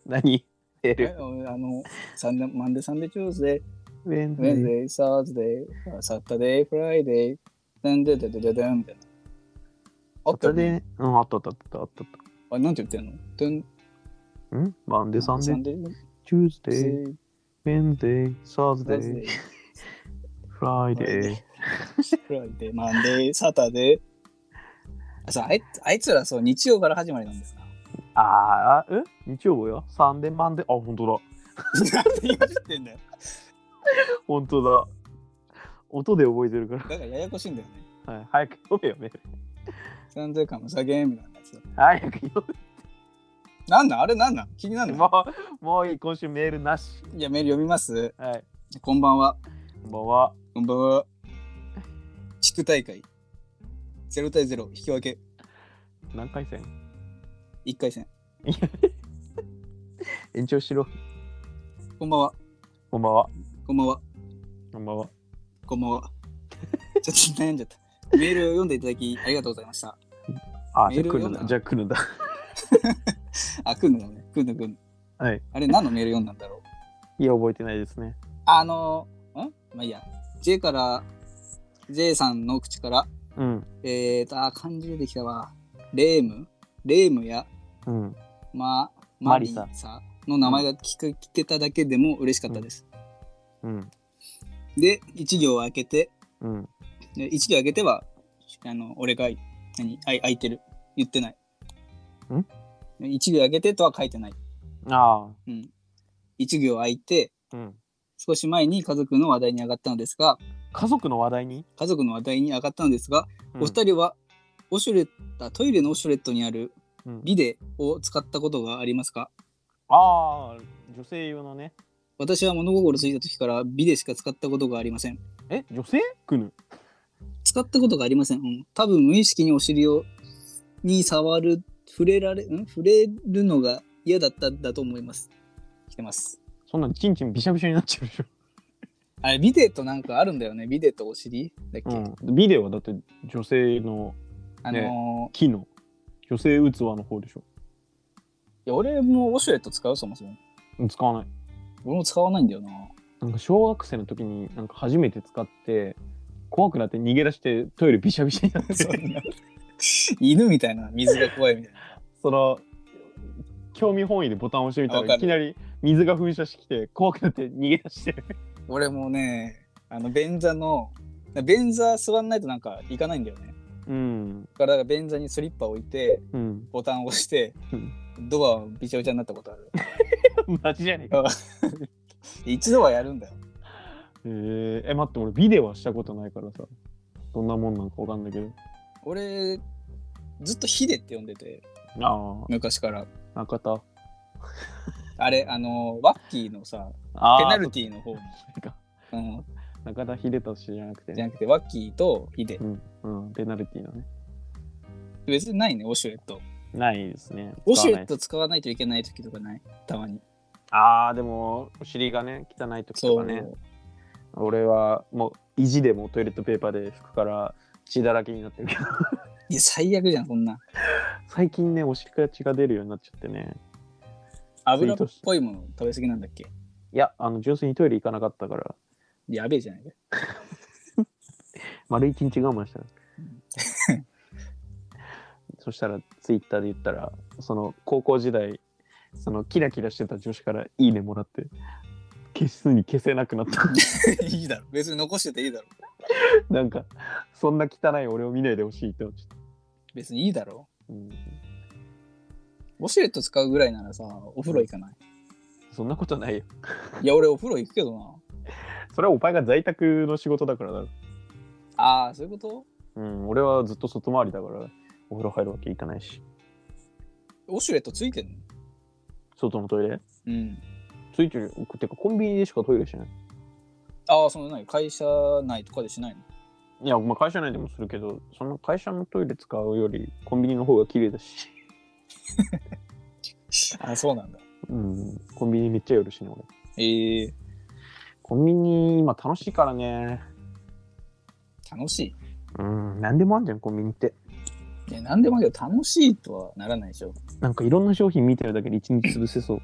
Speaker 1: 何エル。
Speaker 2: あの、サンデマンデサンデチューズデー、
Speaker 1: ウェン
Speaker 2: ウェンズデー、サーズデー、サッタデー、フライデー、ダンダダダダダンみたいな。あったよね。
Speaker 1: ね。うん、あったあったあったあったあっ
Speaker 2: あ、なんて言ってんのドン
Speaker 1: た。んマンデー、サンデー、
Speaker 2: デー、
Speaker 1: チューズ
Speaker 2: デ
Speaker 1: デー、ウェンズデー、サーズデー、
Speaker 2: ー、
Speaker 1: フライデー。
Speaker 2: フライデー、マンデー、サタデー。あそうあいあいつらそう日曜から始まりなんですか
Speaker 1: あーあ、え日曜日よ。サンデー、マンデー。あ、本当だ。
Speaker 2: なんで言ってんだよ。
Speaker 1: 本当だ。音で覚えてるか
Speaker 2: だからややこしいんだよね。
Speaker 1: ら。はい、早く読めよ、メール。
Speaker 2: なんとかもさげーみたいなやつ。
Speaker 1: 早く読
Speaker 2: なんなんあれなんなん気にな
Speaker 1: め。
Speaker 2: るの
Speaker 1: もう、もういい。今週メールなし。
Speaker 2: いや、メール読みます。
Speaker 1: はい。
Speaker 2: こんばんは。
Speaker 1: こんばんは。
Speaker 2: こんばんは。地区大会。0対0、引き分け、
Speaker 1: 何回戦
Speaker 2: 1回戦。
Speaker 1: 延長しろ。
Speaker 2: こんばんは。
Speaker 1: こんばんは。
Speaker 2: こんばんは。
Speaker 1: こんばんは。
Speaker 2: こんばん は。ちょっと悩んじゃった。メールを読んでいただきありがとうございました。
Speaker 1: あ、
Speaker 2: メ
Speaker 1: じゃ
Speaker 2: ール
Speaker 1: あ来るん
Speaker 2: 読んだ
Speaker 1: だ。じゃあ来るんだ。
Speaker 2: あ、くんのだね。くんのくんの。
Speaker 1: はい。
Speaker 2: あれ、何のメール読んだんだろう
Speaker 1: いや、覚えてないですね。
Speaker 2: あの、んまあいいや。J から、J さんの口から、
Speaker 1: うん。
Speaker 2: えーと、あー、漢字出てきたわ。レーム、レームや、
Speaker 1: うん。
Speaker 2: ま、マ
Speaker 1: マ
Speaker 2: リ
Speaker 1: リ
Speaker 2: サ
Speaker 1: サ
Speaker 2: の名前が聞く、聞けただけでも嬉しかったです。
Speaker 1: うん。
Speaker 2: で、1行開けて、
Speaker 1: うん。
Speaker 2: で1行開けては、あの、俺が、何、あい開いてる。言ってない。
Speaker 1: ん
Speaker 2: ?1 行開けてとは書いてない。
Speaker 1: あ
Speaker 2: うん。1行開いて、
Speaker 1: あ。うん。
Speaker 2: 少し前に家族の話題に上がったのですが、
Speaker 1: 家族の話題に、
Speaker 2: 家族の話題に上がったのですが、
Speaker 1: うん
Speaker 2: お二人はオシュレットトイレのオシュレットにある
Speaker 1: うん
Speaker 2: ビデを使ったことがありますか
Speaker 1: ああ、女性用のね。
Speaker 2: 私は物心ついた時からビデしか使ったことがありません。
Speaker 1: え、女性くぬ。
Speaker 2: 使ったことがありません。うん、多分無意識にお尻をに触る、触れられ、ん触れるのが嫌だったんだと思います。来てます。
Speaker 1: そんなんちんちんびしゃびしゃになっちゃうでしょ。
Speaker 2: あれ、ビデとなんかあるんだよね。ビデとお尻だっけ、
Speaker 1: うん。ビデオはだって女性の
Speaker 2: あのー
Speaker 1: 機能。女性器の方でしょ。
Speaker 2: いや俺もオシュレット使うそもそも。
Speaker 1: うん使わない。
Speaker 2: 俺も使わないんだよな。
Speaker 1: なんか小学生の時になんか初めて使って、怖くなって逃げ出してトイレびしゃびしゃになって。
Speaker 2: そんな犬みたいな水が怖いみたいな。
Speaker 1: その興味本位でボタンを押してみた
Speaker 2: わからる
Speaker 1: いきなり水が噴射してきて怖くなって逃げ出してる
Speaker 2: 俺もねあの便座の便座座んないとなんか行かないんだよね
Speaker 1: うん
Speaker 2: だからだから便座にスリッパ置いて
Speaker 1: うん
Speaker 2: ボタンを押して
Speaker 1: う
Speaker 2: ドアをびちゃびちゃになったことある
Speaker 1: マジじゃねえか
Speaker 2: 一度はやるんだよ
Speaker 1: えー、え待って俺ビデオはしたことないからさどんなもんなんかわかんないけど
Speaker 2: 俺ずっとヒデって呼んでて
Speaker 1: あ
Speaker 2: 昔から
Speaker 1: あ中田
Speaker 2: あれあのワッキーのさ
Speaker 1: あ
Speaker 2: ペナ
Speaker 1: ル
Speaker 2: ルティの方
Speaker 1: か
Speaker 2: うん、
Speaker 1: 中田秀俊じゃなくて
Speaker 2: じゃ
Speaker 1: ね
Speaker 2: なくてワッキーとヒデ
Speaker 1: うん、うん、ペナルティのね
Speaker 2: 別にないねオシュレット
Speaker 1: ないですね
Speaker 2: オシュレ
Speaker 1: 使わな
Speaker 2: ッ
Speaker 1: い
Speaker 2: ト使わないといけない時とかないたまに
Speaker 1: ああでもお尻がね汚い時と
Speaker 2: そ
Speaker 1: か
Speaker 2: う、
Speaker 1: ね俺はもう意地でもトイレットペーパーで拭くから血だらけになってるけど
Speaker 2: いや最悪じゃんそんな
Speaker 1: 最近ねお尻から血が出るようになっちゃってね
Speaker 2: 油っぽいもの食べ過ぎなんだっけ
Speaker 1: いやあの純粋にトイレ行かなかったから
Speaker 2: やべえじゃない
Speaker 1: 丸一日我慢したのそしたらツイッターで言ったらその高校時代そのキラキラしてた女子から「いいね」もらって消すに消せなくなった
Speaker 2: いいだろ。別に残してていいだろ。
Speaker 1: なんかそんな汚い俺を見ないでほしいって思っちゃっ
Speaker 2: 別にいいだろ。
Speaker 1: た、うん、
Speaker 2: ウォシュレット使うぐらいならさ、お風呂行かない。
Speaker 1: そんなことないよ
Speaker 2: いや、俺お風呂行くけどな。
Speaker 1: それはお前が在宅の仕事だからだろ
Speaker 2: ああ、そういうこと
Speaker 1: うん俺はずっと外回りだからお風呂入るわけいかないし
Speaker 2: ウォシュレットついてんの
Speaker 1: 外のトイレ
Speaker 2: うん。
Speaker 1: ついてるてかコンビニでしかトイレしない
Speaker 2: ああ、その何会社内とかでしないの
Speaker 1: いや、まあ、会社内でもするけど、その会社のトイレ使うよりコンビニの方が綺麗だし、
Speaker 2: あそうなんだ。
Speaker 1: うん、コンビニめっちゃ寄るしね、俺。
Speaker 2: ええ
Speaker 1: コンビニ今楽しいからね。
Speaker 2: 楽しい。
Speaker 1: うん、何でもあんじゃん、コンビニって。
Speaker 2: いや、なんでもいいけど楽しいとはならないでしょ。
Speaker 1: なんかいろんな商品見てるだけで一日潰せそう。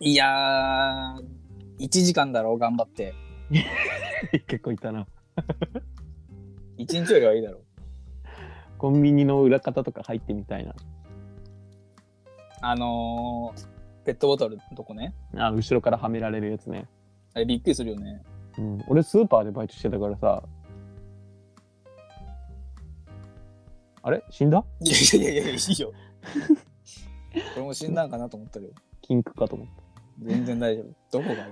Speaker 2: いやー、1時間だろう、頑張って。
Speaker 1: 結構いたな。
Speaker 2: 1日よりはいいだろう。
Speaker 1: コンビニの裏方とか入ってみたいな。
Speaker 2: あのー、ペットボトルのとこね。
Speaker 1: あ、後ろからはめられるやつね。
Speaker 2: あれびっくりするよね。
Speaker 1: うん、俺スーパーでバイトしてたからさ。あれ死んだ
Speaker 2: いやいやいやいや、いいよ。俺も死んだんかなと思ったけど、
Speaker 1: キンクかと思っ
Speaker 2: 全然大丈夫。どこが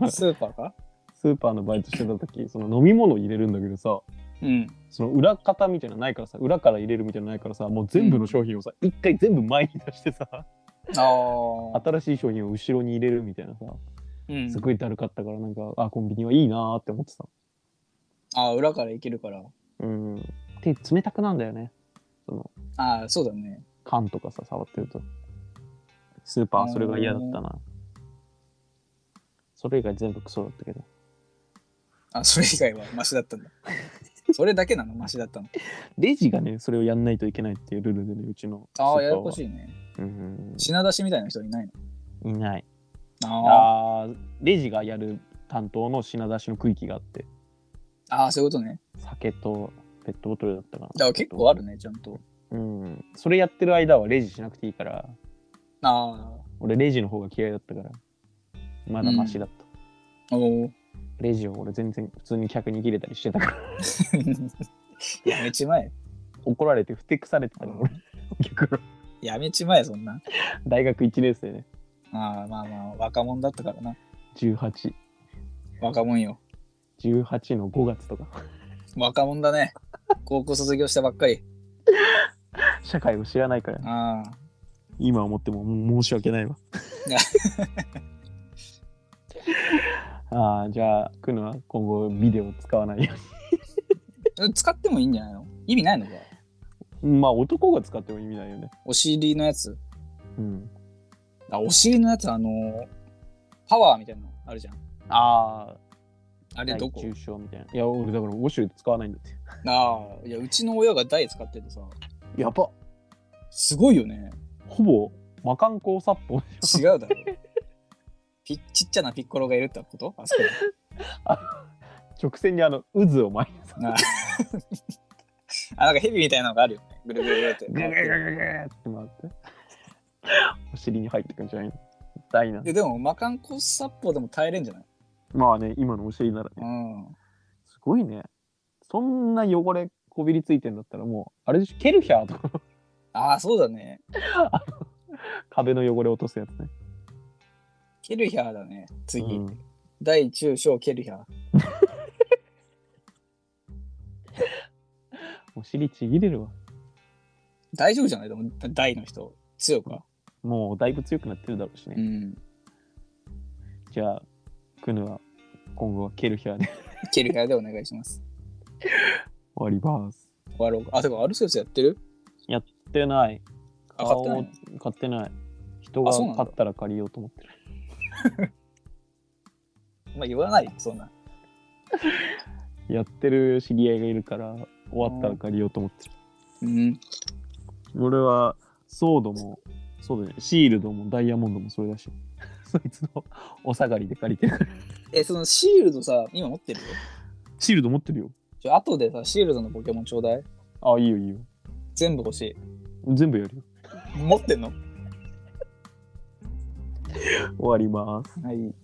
Speaker 2: 今スーパーか
Speaker 1: た。スーパーのバイトしてた時、その飲み物入れるんだけどさ、
Speaker 2: うん。
Speaker 1: その裏方みたいなのないからさ、裏から入れるみたいなのないからさ、もう全部の商品をさ、一回全部前に出してさ、
Speaker 2: ああ。
Speaker 1: 新しい商品を後ろに入れるみたいなさ、
Speaker 2: うん
Speaker 1: すごいだるかったから、なんか、あ、コンビニはいいなーって思ってた。
Speaker 2: あー裏からいけるから。
Speaker 1: うん。手冷たくなんだよね。その、
Speaker 2: ああ、そうだね。
Speaker 1: 缶とかさ、触ってると。スーパーはそれが嫌だったな。それ以外全部クソだったけど。
Speaker 2: あ、それ以外はマシだったんだ。それだけなのマシだったの。
Speaker 1: レジがね、それをやんないといけないっていうルールでね、うちのスーパー
Speaker 2: あ
Speaker 1: は。
Speaker 2: あ、ややこ
Speaker 1: い。
Speaker 2: しいね。
Speaker 1: うん。
Speaker 2: 品出しみたいな人いないの
Speaker 1: いない。
Speaker 2: あ
Speaker 1: あーレジがやる担当の品出しの区域があって
Speaker 2: あああ、そういうことね。
Speaker 1: 酒とペットボトルだったかな
Speaker 2: だから結構あるね、ちゃんと。
Speaker 1: うんそれやってる間はレジしなくていいから
Speaker 2: あ
Speaker 1: 俺レジの方が嫌いだったからまだマシだった、
Speaker 2: あ。 おお。
Speaker 1: レジを俺全然普通に客に切れたりしてたから
Speaker 2: やめちまえ。
Speaker 1: 怒られてふてくされてたから俺客の
Speaker 2: やめちまえ、そんな。
Speaker 1: 大学1年生ね
Speaker 2: ああ、まあまあ、若者だったからな。
Speaker 1: 1818
Speaker 2: 若者よ。
Speaker 1: の5月とか
Speaker 2: 若者だね。高校卒業したばっかり。
Speaker 1: 社会を知らないから
Speaker 2: ああ。
Speaker 1: 今思ってももう申し訳ないわあーじゃあくのは今後ビデオ使わないよ
Speaker 2: 使ってもいいんじゃないの意味ないのか。
Speaker 1: うにまあ男が使っても意味ないよね
Speaker 2: お尻のやつ。
Speaker 1: うん
Speaker 2: あ、お尻のやつ、あのーパワーみたいなのあるじゃん。
Speaker 1: あ
Speaker 2: あ
Speaker 1: あ
Speaker 2: れどこ
Speaker 1: 中傷みたいないや俺だからウォシュレット使わないんだって
Speaker 2: ああ、いや、うちの親が台使っててさ、
Speaker 1: やば
Speaker 2: すごいよね。
Speaker 1: ほぼ魔漢光殺法
Speaker 2: 違う だろ。ピちっちゃなピッコロがいるってことあそこに
Speaker 1: 直線にあの渦を巻いてさ
Speaker 2: なあ あ、なんかヘビみたいなのがあるよね。ぐるぐるぐるって。
Speaker 1: ググググググって回ってお尻に入ってくんじゃないの痛いな
Speaker 2: ででも、魔漢コス殺法でも耐えれんじゃない
Speaker 1: まあね今のお尻ならね
Speaker 2: うん。
Speaker 1: すごいねそんな汚れこびりついてんだったらもうあれでしょケルヒャーとか
Speaker 2: ああ、そうだね。
Speaker 1: 壁の汚れ落とすやつね
Speaker 2: ケルヒャーだね。次。
Speaker 1: うん
Speaker 2: 大中小ケルヒャー。
Speaker 1: お尻ちぎれるわ
Speaker 2: 大丈夫じゃないでも、大の人。強くは。
Speaker 1: もうだいぶ強くなってるだろうしね、
Speaker 2: うん。
Speaker 1: じゃあ、クヌは今後はケルヒャーで
Speaker 2: ケルヒャーでお願いします。
Speaker 1: 終わります。
Speaker 2: 終わろうか。あ、てか、アルセウスやってる
Speaker 1: 買ってない。
Speaker 2: あ、買ってな
Speaker 1: 顔
Speaker 2: いの
Speaker 1: を買ってない。人が
Speaker 2: あそうなんだ
Speaker 1: 買ったら借りようと思ってる。
Speaker 2: まあ、言わないよ、そんな。
Speaker 1: やってる知り合いがいるから、終わったら借りようと思ってる。
Speaker 2: うん。
Speaker 1: 俺はソードも、そうだね、シールドもダイヤモンドもそれだし、 そいつのお下がりで借りてる。
Speaker 2: え、そのシールドさ、今持ってるよ。
Speaker 1: シールド持ってるよ。
Speaker 2: ちょ、後でさ、シールドのポケモンちょうだい。
Speaker 1: あ、いいよいいよ。
Speaker 2: 全部欲し
Speaker 1: 全部やるよ。
Speaker 2: い。持ってんの
Speaker 1: 終わります。
Speaker 2: はい。